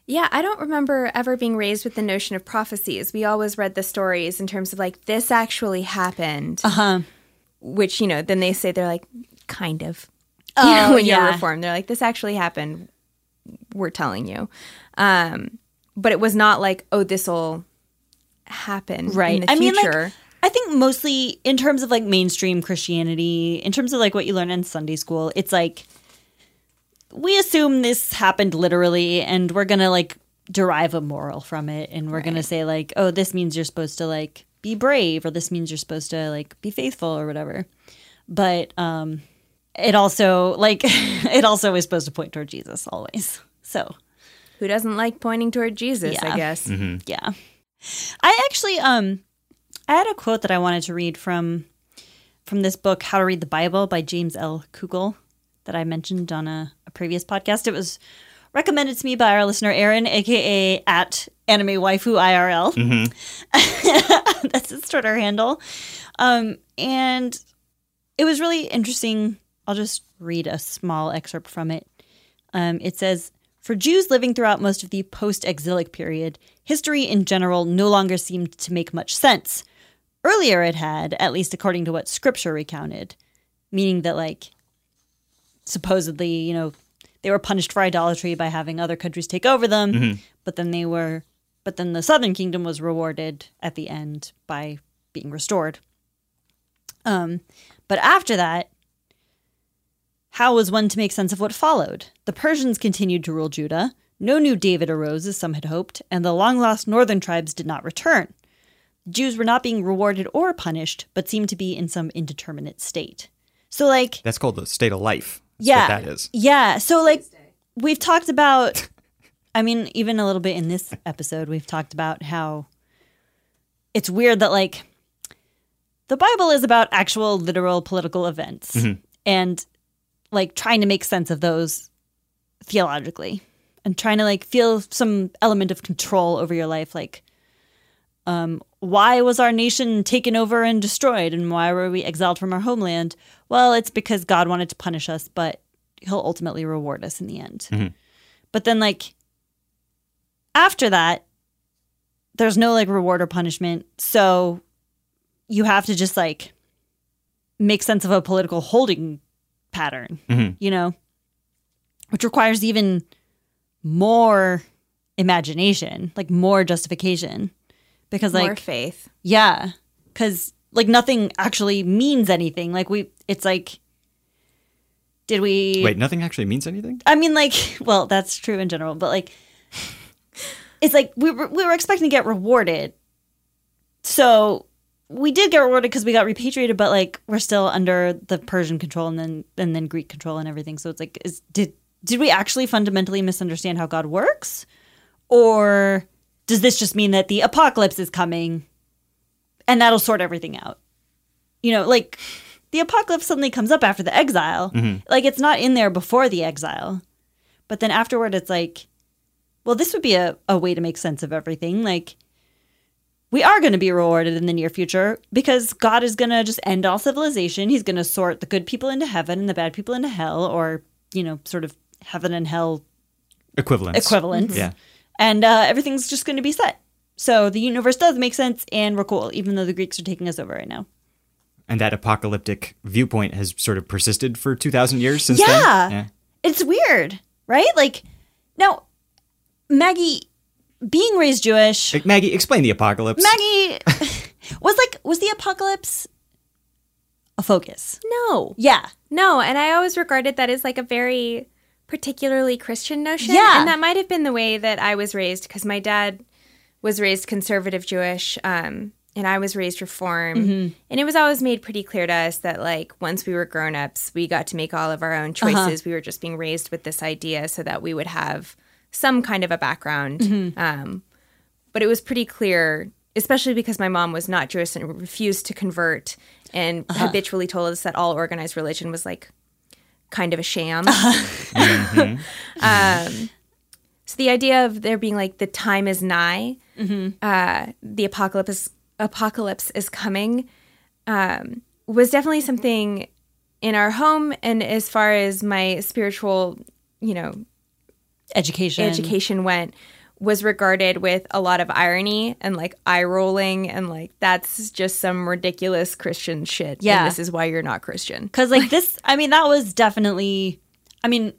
Yeah, I don't remember ever being raised with the notion of prophecies. We always read the stories in terms of like, this actually happened. Uh Uh-huh. huh. Which, you know, then they say they're like, kind of. You know, Oh, when yeah. you're reformed, they're like, this actually happened. We're telling you. Um, but it was not like, oh, this will happen in the I mean, future. like, I think mostly in terms of like mainstream Christianity, in terms of like what you learn in Sunday school, it's like we assume this happened literally and we're going to like derive a moral from it. And we're going to say, like, oh, this means you're supposed to like be brave or this means you're supposed to like be faithful or whatever. But um, it also, like, it also is supposed to point toward Jesus always. So Who doesn't like pointing toward Jesus, Yeah. I guess. yeah i actually um i had a quote that i wanted to read from from this book how to read the bible by james l kugel that i mentioned on a, a previous podcast it was recommended to me by our listener aaron aka at anime waifu irl that's his twitter handle um and it was really interesting i'll just read a small excerpt from it um, it says For Jews living throughout most of the post exilic period, history in general no longer seemed to make much sense. Earlier it had, at least according to what scripture recounted, meaning that, like, supposedly, you know, they were punished for idolatry by having other countries take over them, but then they were, but then the southern kingdom was rewarded at the end by being restored. Um, but after that, how was one to make sense of what followed? The Persians continued to rule Judah. No new David arose, as some had hoped, and the long lost northern tribes did not return. The Jews were not being rewarded or punished, but seemed to be in some indeterminate state. So, like, That's called the state of life. That's yeah, What that is. Yeah. So, like, we've talked about, I mean, even a little bit in this episode, we've talked about how it's weird that, like, the Bible is about actual literal political events Mm-hmm. and, like, trying to make sense of those theologically and trying to, like, feel some element of control over your life. Like, why was our nation taken over and destroyed and why were we exiled from our homeland? Well, it's because God wanted to punish us, but he'll ultimately reward us in the end. But then like after that, there's no like reward or punishment. So you have to just like make sense of a political holding pattern, you know, which requires even more imagination, like more justification. Because More like faith. yeah, because like nothing actually means anything. Like we, it's like, did we? Wait, nothing actually means anything? I mean, like, well, that's true in general, but like, it's like we were we were expecting to get rewarded, so we did get rewarded because we got repatriated, but like we're still under the Persian control and then and then Greek control and everything. So it's like, is did did we actually fundamentally misunderstand how God works, or does this just mean that the apocalypse is coming, and that'll sort everything out? You know, like the apocalypse suddenly comes up after the exile. Like it's not in there before the exile. But then afterward it's like, well, this would be a, a way to make sense of everything. Like we are going to be rewarded in the near future because God is going to just end all civilization. He's going to sort the good people into heaven and the bad people into hell, or, you know, sort of heaven and hell Equivalence. equivalents. Yeah. And uh, everything's just going to be set. So the universe does make sense and we're cool, even though the Greeks are taking us over right now. And that apocalyptic viewpoint has sort of persisted for 2,000 years since Yeah. then. Yeah. It's weird, right? Like, now, Maggie, being raised Jewish, Like, Maggie, explain the apocalypse. Maggie was like, was the apocalypse a focus? No. Yeah. No, and I always regarded that as like a very particularly Christian notion. Yeah. And that might have been the way that I was raised because my dad was raised conservative Jewish um, and I was raised reform. And it was always made pretty clear to us that, like, once we were grown ups, we got to make all of our own choices. We were just being raised with this idea so that we would have some kind of a background. Um, but it was pretty clear, especially because my mom was not Jewish and refused to convert and habitually told us that all organized religion was like kind of a sham. um, so the idea of there being like the time is nigh, uh, the apocalypse is, apocalypse is coming, um, was definitely something in our home. And as far as my spiritual, you know, Education. education went was regarded with a lot of irony and like eye rolling and like that's just some ridiculous Christian shit. and Yeah. this is why you're not Christian. Because, like, this, I mean, that was definitely, I mean,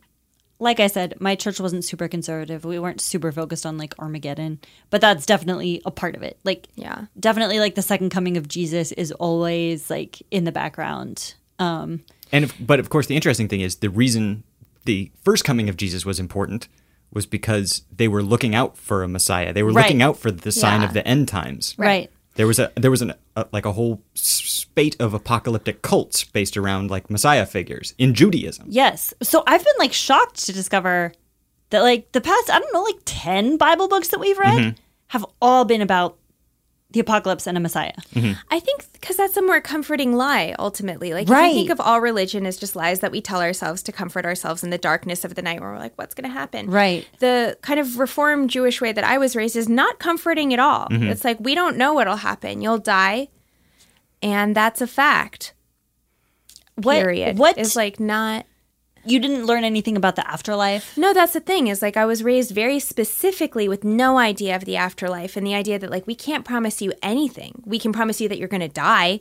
like I said, my church wasn't super conservative. We weren't super focused on like Armageddon, but that's definitely a part of it. Like, Yeah. definitely like the second coming of Jesus is always like in the background. Um, And if, but of course, the interesting thing is the reason the first coming of Jesus was important was because they were looking out for a Messiah. They were Right. looking out for the sign Yeah. of the end times. right. There was a there was an a, like a whole spate of apocalyptic cults based around like Messiah figures in Judaism. Yes. So I've been like shocked to discover that like the past, I don't know, like 10 Bible books that we've read have all been about the apocalypse and a messiah. I think because that's a more comforting lie ultimately. Like if Right. you think of all religion as just lies that we tell ourselves to comfort ourselves in the darkness of the night where we're like, what's gonna happen? Right. The kind of reformed Jewish way that I was raised is not comforting at all. It's like we don't know what'll happen. You'll die and that's a fact. What, period. What is like not you didn't learn anything about the afterlife? No, that's the thing is like I was raised very specifically with no idea of the afterlife and the idea that like we can't promise you anything. We can promise you that you're going to die.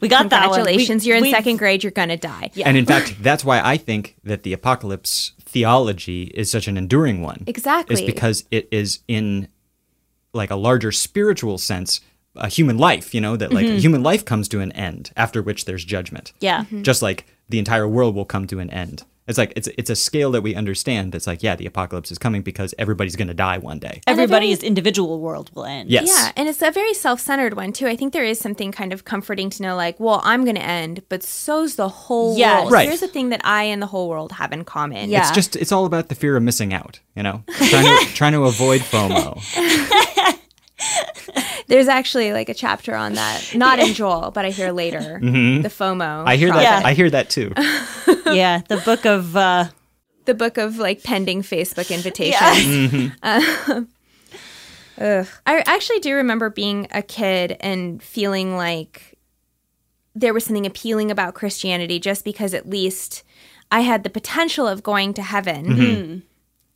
We got that one. We- Congratulations, you're in we- second grade, you're going to die. Yeah. And in fact, that's why I think that the apocalypse theology is such an enduring one. Is Exactly. because it is in like a larger spiritual sense a human life, you know, that like Mm-hmm. human life comes to an end after which there's judgment. Yeah. Just like the entire world will come to an end. It's like it's it's a scale that we understand that's like yeah, the apocalypse is coming because everybody's going to die one day. Everybody's individual world will end. Yes. Yeah, and it's a very self-centered one too. I think there is something kind of comforting to know, like, well, I'm going to end, but so's the whole Yes. world. Right. Here's the thing that I and the whole world have in common. Yeah. Yeah. It's just it's all about the fear of missing out, you know? trying to trying to avoid FOMO. There's actually like a chapter on that, not in Joel, but I hear later the FOMO. Mm-hmm. I hear that Yeah. I hear that too. yeah. The book of, uh, the book of like pending Facebook invitations. Um, ugh. I actually do remember being a kid and feeling like there was something appealing about Christianity just because at least I had the potential of going to heaven.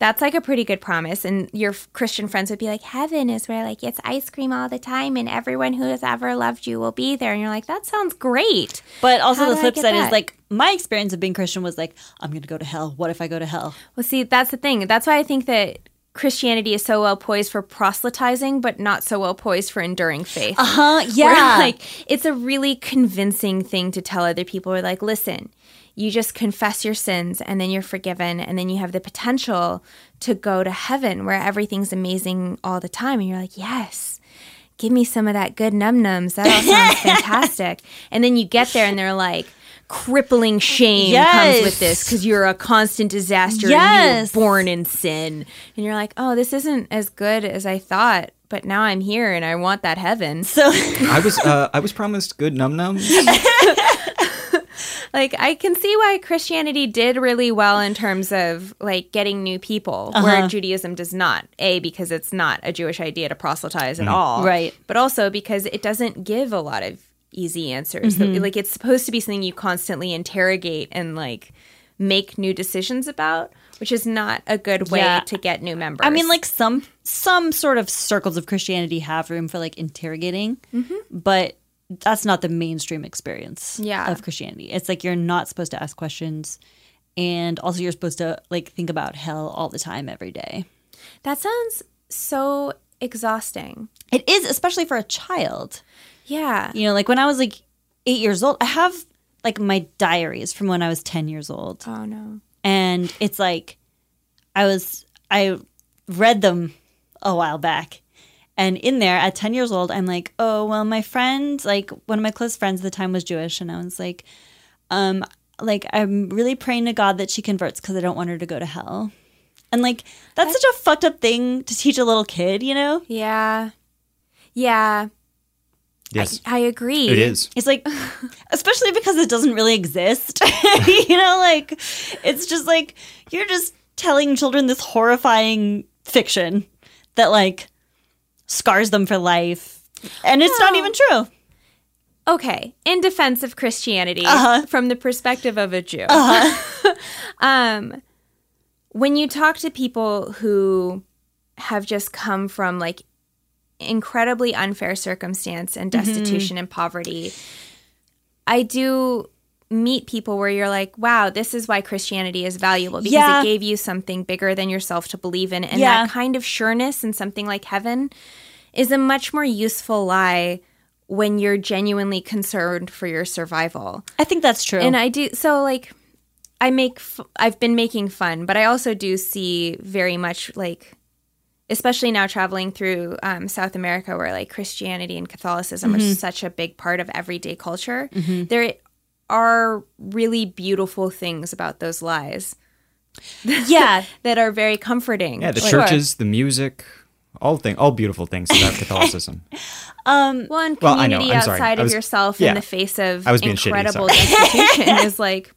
That's like a pretty good promise. And your f- Christian friends would be like, Heaven is where like it's ice cream all the time and everyone who has ever loved you will be there. And you're like, That sounds great. but also How the do I flip get side is that? like my experience of being Christian was like, I'm going to go to hell. What if I go to hell? Well, see, that's the thing. That's why I think that Christianity is so well poised for proselytizing, but not so well poised for enduring faith. Huh? Where, Yeah. like, it's a really convincing thing to tell other people. We're like, listen, you just confess your sins and then you're forgiven, and then you have the potential to go to heaven where everything's amazing all the time. And you're like, yes. Give me some of that good num nums. That all sounds fantastic. And then you get there and they're like, crippling shame comes Yes. with this because you're a constant disaster. and Yes. You were born in sin. And you're like, oh, this isn't as good as I thought, but now I'm here and I want that heaven. so I was uh, I was promised good num nums. like I can see why Christianity did really well in terms of like getting new people, Uh-huh. where Judaism does not. A because it's not a Jewish idea to proselytize Mm-hmm. at all, Right. But also because it doesn't give a lot of easy answers. Mm-hmm. Like it's supposed to be something you constantly interrogate and like make new decisions about, which is not a good way Yeah. to get new members. I mean, like some some sort of circles of Christianity have room for like interrogating, but that's not the mainstream experience Yeah. of Christianity. It's like you're not supposed to ask questions, and also you're supposed to like think about hell all the time every day. that sounds so exhausting. It is especially for a child. Yeah. You know, like when I was like eight years old, I have like my diaries from when I was ten years old. Oh no. and it's like i was i read them a while back and in there at 10 years old i'm like oh well my friend like one of my close friends at the time was jewish and i was like um like i'm really praying to god that she converts because i don't want her to go to hell and like that's such a fucked up thing to teach a little kid you know Yeah. Yeah. Yes, I agree. it is. It's like, especially because it doesn't really exist. you know, like, it's just like, you're just telling children this horrifying fiction that, like, scars them for life. And it's not even true. Okay. In defense of Christianity, from the perspective of a Jew, um, when you talk to people who have just come from like incredibly unfair circumstance and destitution and poverty, I do meet people where you're like, wow, this is why Christianity is valuable because Yeah. it gave you something bigger than yourself to believe in. And Yeah. that kind of sureness in something like heaven is a much more useful lie when you're genuinely concerned for your survival. I think that's true. And I do so like I make f- I've been making fun, but I also do see very much like especially now traveling through um, South America where like Christianity and Catholicism Mm-hmm. are such a big part of everyday culture. There are really beautiful things about those lies yeah. that are very comforting. Yeah, the Like- churches, the music, all thing, all beautiful things about Catholicism. Well, and Well, I know. community I'm sorry. outside I of was- yourself yeah. in the face of I was being shitty, incredible sorry. destitution is like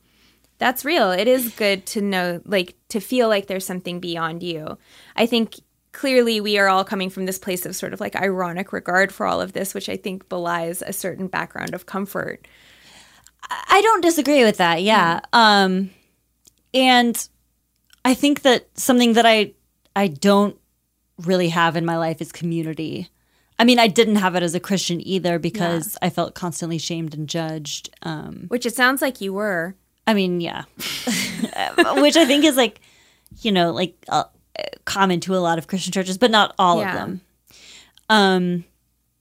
that's real. It is good to know, like, to feel like there's something beyond you. I think clearly we are all coming from this place of sort of like ironic regard for all of this, which I think belies a certain background of comfort. I don't disagree with that. Yeah. Um, and I think that something that I I don't really have in my life is community. I mean, I didn't have it as a Christian either because I felt constantly shamed and judged. Um, Which it sounds like you were. I mean, yeah, Uh, which I think is like, you know, like uh, common to a lot of Christian churches, but not all Yeah. of them. Um,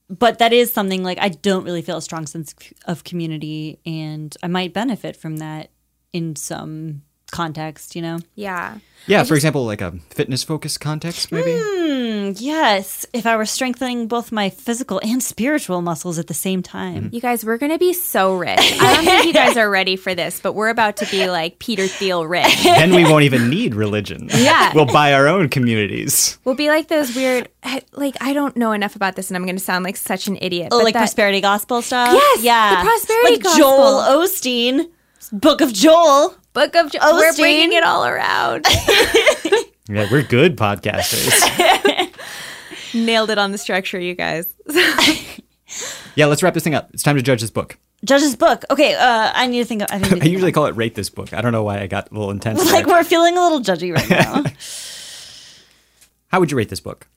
but that is something like I don't really feel a strong sense of community, and I might benefit from that in some context, you know. Yeah. Yeah, for example, like a fitness focused context, maybe. Mm, Yes, if I were strengthening both my physical and spiritual muscles at the same time. You guys, we're going to be so rich. I don't think you guys are ready for this, but we're about to be like Peter Thiel rich. then we won't even need religion. Yeah. we'll buy our own communities. We'll be like those weird, I- like I don't know enough about this, and I'm going to sound like such an idiot. Oh, but like that- prosperity gospel stuff. Yes, the yeah, prosperity like gospel. Joel Osteen, Book of Joel. Book of Joel. We're Osteen. bringing it all around. Yeah, we're good podcasters. Nailed it on the structure, you guys. yeah, let's wrap this thing up. It's time to judge this book. Judge's book. Okay, uh, I need to think. Of, I, need to think I usually of call it rate this book. I don't know why I got a little intense. one. like there. we're feeling a little judgy right now. How would you rate this book?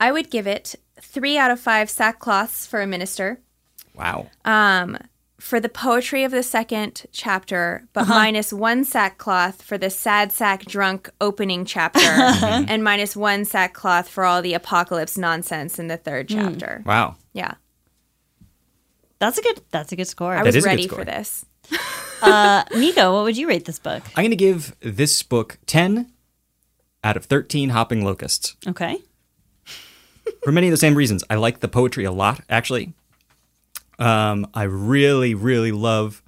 I would give it three out of five sackcloths for a minister Wow. for the poetry of the second chapter, but minus one sackcloth for the sad sack drunk opening chapter, Mm-hmm. and minus one sackcloth for all the apocalypse nonsense in the third chapter. wow. Yeah, that's a good. That's a good score. I That was is a good ready score. for this. Uh, Nico, what would you rate this book? I'm going to give this book 10 out of 13 hopping locusts. Okay. for many of the same reasons. I like the poetry a lot, actually. Um, I really, really love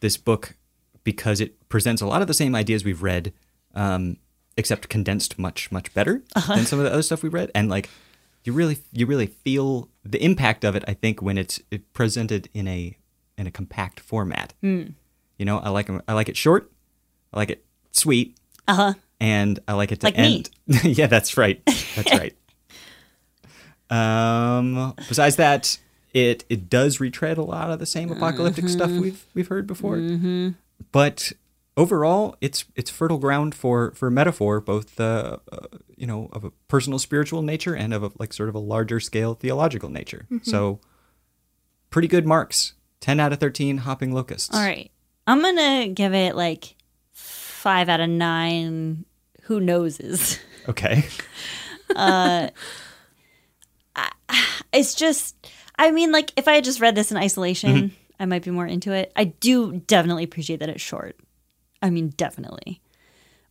this book because it presents a lot of the same ideas we've read, um, except condensed much, much better Uh-huh. than some of the other stuff we read. And like, you really, you really feel the Hmm. impact of it. I think when it's it presented in a in a compact format, You know, I like 'em- I like it short. I like it sweet. Uh huh. and I like it to Like me. end. yeah, that's right. That's right. um, besides that, it it does retread a lot of the Mm-hmm. same apocalyptic stuff we've we've heard before. But overall, it's it's fertile ground for for metaphor, both uh, uh, you know of a personal spiritual nature and of a, like sort of a larger scale theological nature. Mm-hmm. So pretty good marks. Ten out of thirteen. Hopping locusts. All right. I'm gonna give it like five out of nine. Who knowses? Okay. It's just, I mean, like if I had just read this in isolation, I might be more into it. I do definitely appreciate that it's short. I mean, definitely.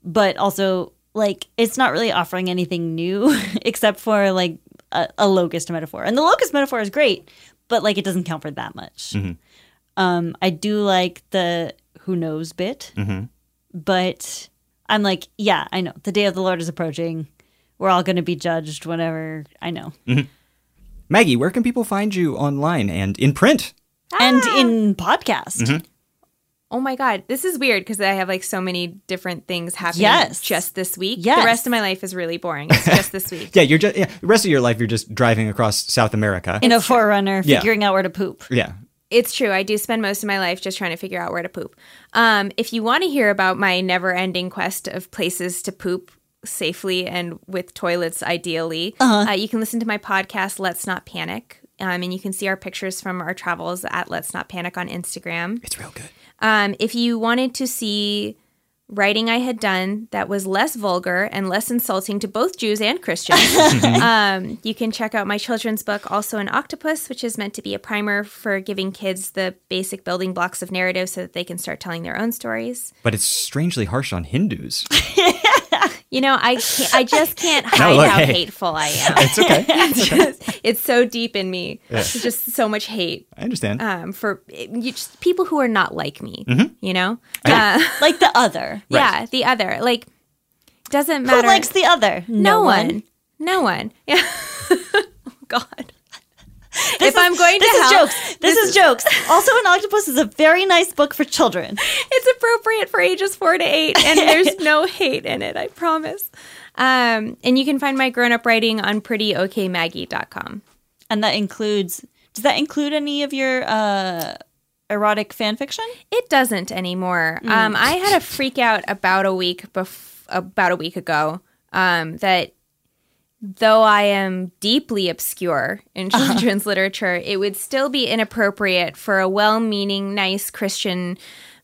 But also, like, it's not really offering anything new except for like a, a locust metaphor. And the locust metaphor is great, but like it doesn't count for that much. Um, I do like the who knows bit, but I'm like, yeah, I know. The day of the Lord is approaching. We're all going to be judged whenever I know. Maggie, where can people find you online and in print? and in podcast. Oh my God, this is weird because I have like so many different things happening Yes. just this week. Yes. The rest of my life is really boring. It's just this week. Yeah, you're just yeah, the rest of your life you're just driving across South America. in a forerunner, Yeah. figuring out where to poop. yeah. It's true. I do spend most of my life just trying to figure out where to poop. Um, if you want to hear about my never ending quest of places to poop safely and with toilets, ideally, Uh-huh. uh, you can listen to my podcast, Let's Not Panic. Um, and you can see our pictures from our travels at Let's Not Panic on Instagram. It's real good. Um, if you wanted to see writing I had done that was less vulgar and less insulting to both Jews and Christians, um, you can check out my children's book, Also an Octopus, which is meant to be a primer for giving kids the basic building blocks of narrative so that they can start telling their own stories. But it's strangely harsh on Hindus. You know, I can't, I just can't hide look, how hey. hateful I am. It's okay. It's, just- it's so deep in me. It's just so much hate I understand. um, for you just people who are not like me, Mm-hmm. you know? Like the other. Yeah, the other. Like, doesn't Who matter. likes the other? no, one. No one. Yeah. oh, God. if I'm going to This is hell, jokes. This, is, jokes. Also, an octopus is a very nice book for children. it's appropriate for ages four to eight, and there's no hate in it. I promise. Um, and you can find my grown-up writing on prettyokmaggie.com. And that includes. Does that include any of your uh, erotic fan fiction? It doesn't anymore. Mm. Um, I had a freak out about a week bef- about a week ago um, that though I am deeply obscure in Uh-huh. children's literature, it would still be inappropriate for a well-meaning, nice Christian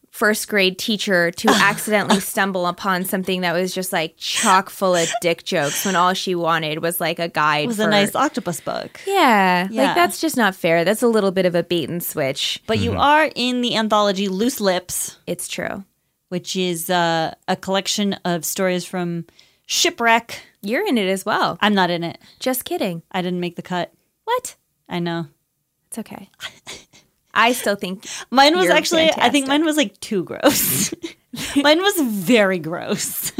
first grade teacher to Uh-huh. accidentally stumble upon something that was just like chock full of dick jokes when all she wanted was like a guide It was for a nice octopus book. yeah, Yeah. like that's just not fair. That's a little bit of a bait and switch. But you are in the anthology Loose Lips, It's true. which is uh, a collection of stories from shipwreck. You're in it as well. I'm not in it. Just kidding. I didn't make the cut. What? I know. It's okay. I still think Mine was You're actually, I think fantastic. mine was like too gross. mine was very gross.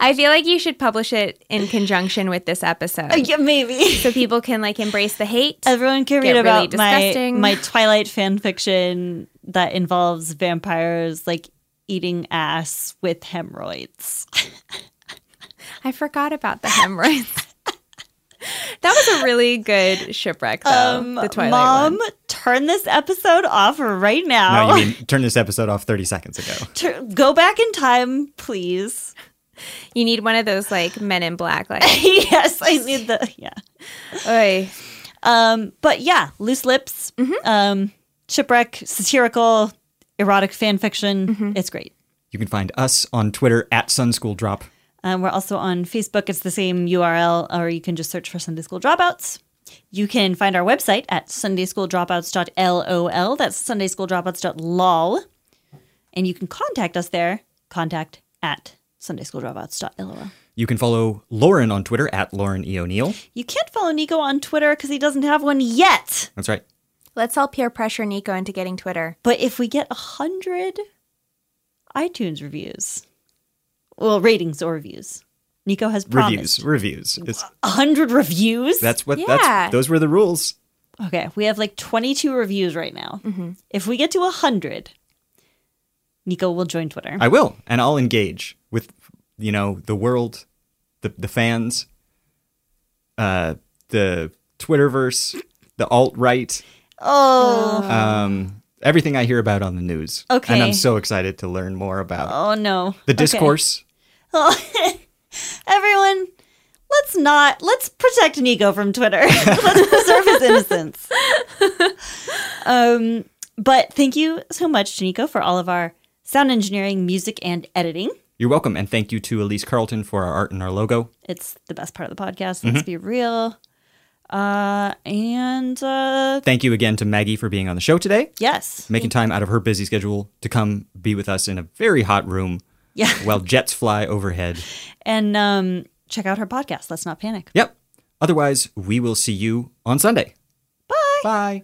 I feel like you should publish it in conjunction with this episode yeah, maybe. so people can like embrace the hate. Everyone can read Get really about my, disgusting. my Twilight fan fiction that involves vampires like eating ass with hemorrhoids. I forgot about the hemorrhoids. that was a really good shipwreck though. Um, the Twilight Um, Mom, one. turn this episode off right now. no, you mean turn this episode off 30 seconds ago. Tur- go back in time, please. You need one of those like men in black like yes, I need the yeah. Oy. Um, but yeah, loose lips, um, shipwreck, satirical, erotic fan fiction. It's great. You can find us on Twitter at SunschoolDrop. Um, we're also on Facebook. It's the same URL, or you can just search for Sunday School Dropouts. You can find our website at sundayschooldropouts.lol. That's sundayschooldropouts.lol. And you can contact us there. Contact at sundayschooldropouts.lol. You can follow Lauren on Twitter at Lauren E. O'Neill. You can't follow Nico on Twitter because he doesn't have one yet. That's right. Let's all peer pressure Nico into getting Twitter. But if we get 100 iTunes reviews, well, ratings or reviews, Nico has promised Reviews. Reviews. It's, 100 reviews. that's what Yeah. that's those were the rules. okay. We have like 22 reviews right now. If we get to 100, Nico will join Twitter. I will, and I'll engage with you know the world, the the fans, uh, the Twitterverse, the alt right, oh, um, everything I hear about on the news. and Okay. I'm so excited to learn more about oh no. the Okay. discourse. Everyone, let's not let's protect Nico from Twitter. let's preserve his innocence. Um, but thank you so much to Nico for all of our sound engineering, music, and editing. You're welcome, and thank you to Elise Carlton for our art and our logo. It's the best part of the podcast. Let's be real. Uh, and uh, Thank you again to Maggie for being on the show today, yes, making time out of her busy schedule to come be with us in a very hot room yeah, while jets fly overhead. and um, check out her podcast. Let's not panic. Yep. Otherwise, we will see you on Sunday. Bye. Bye.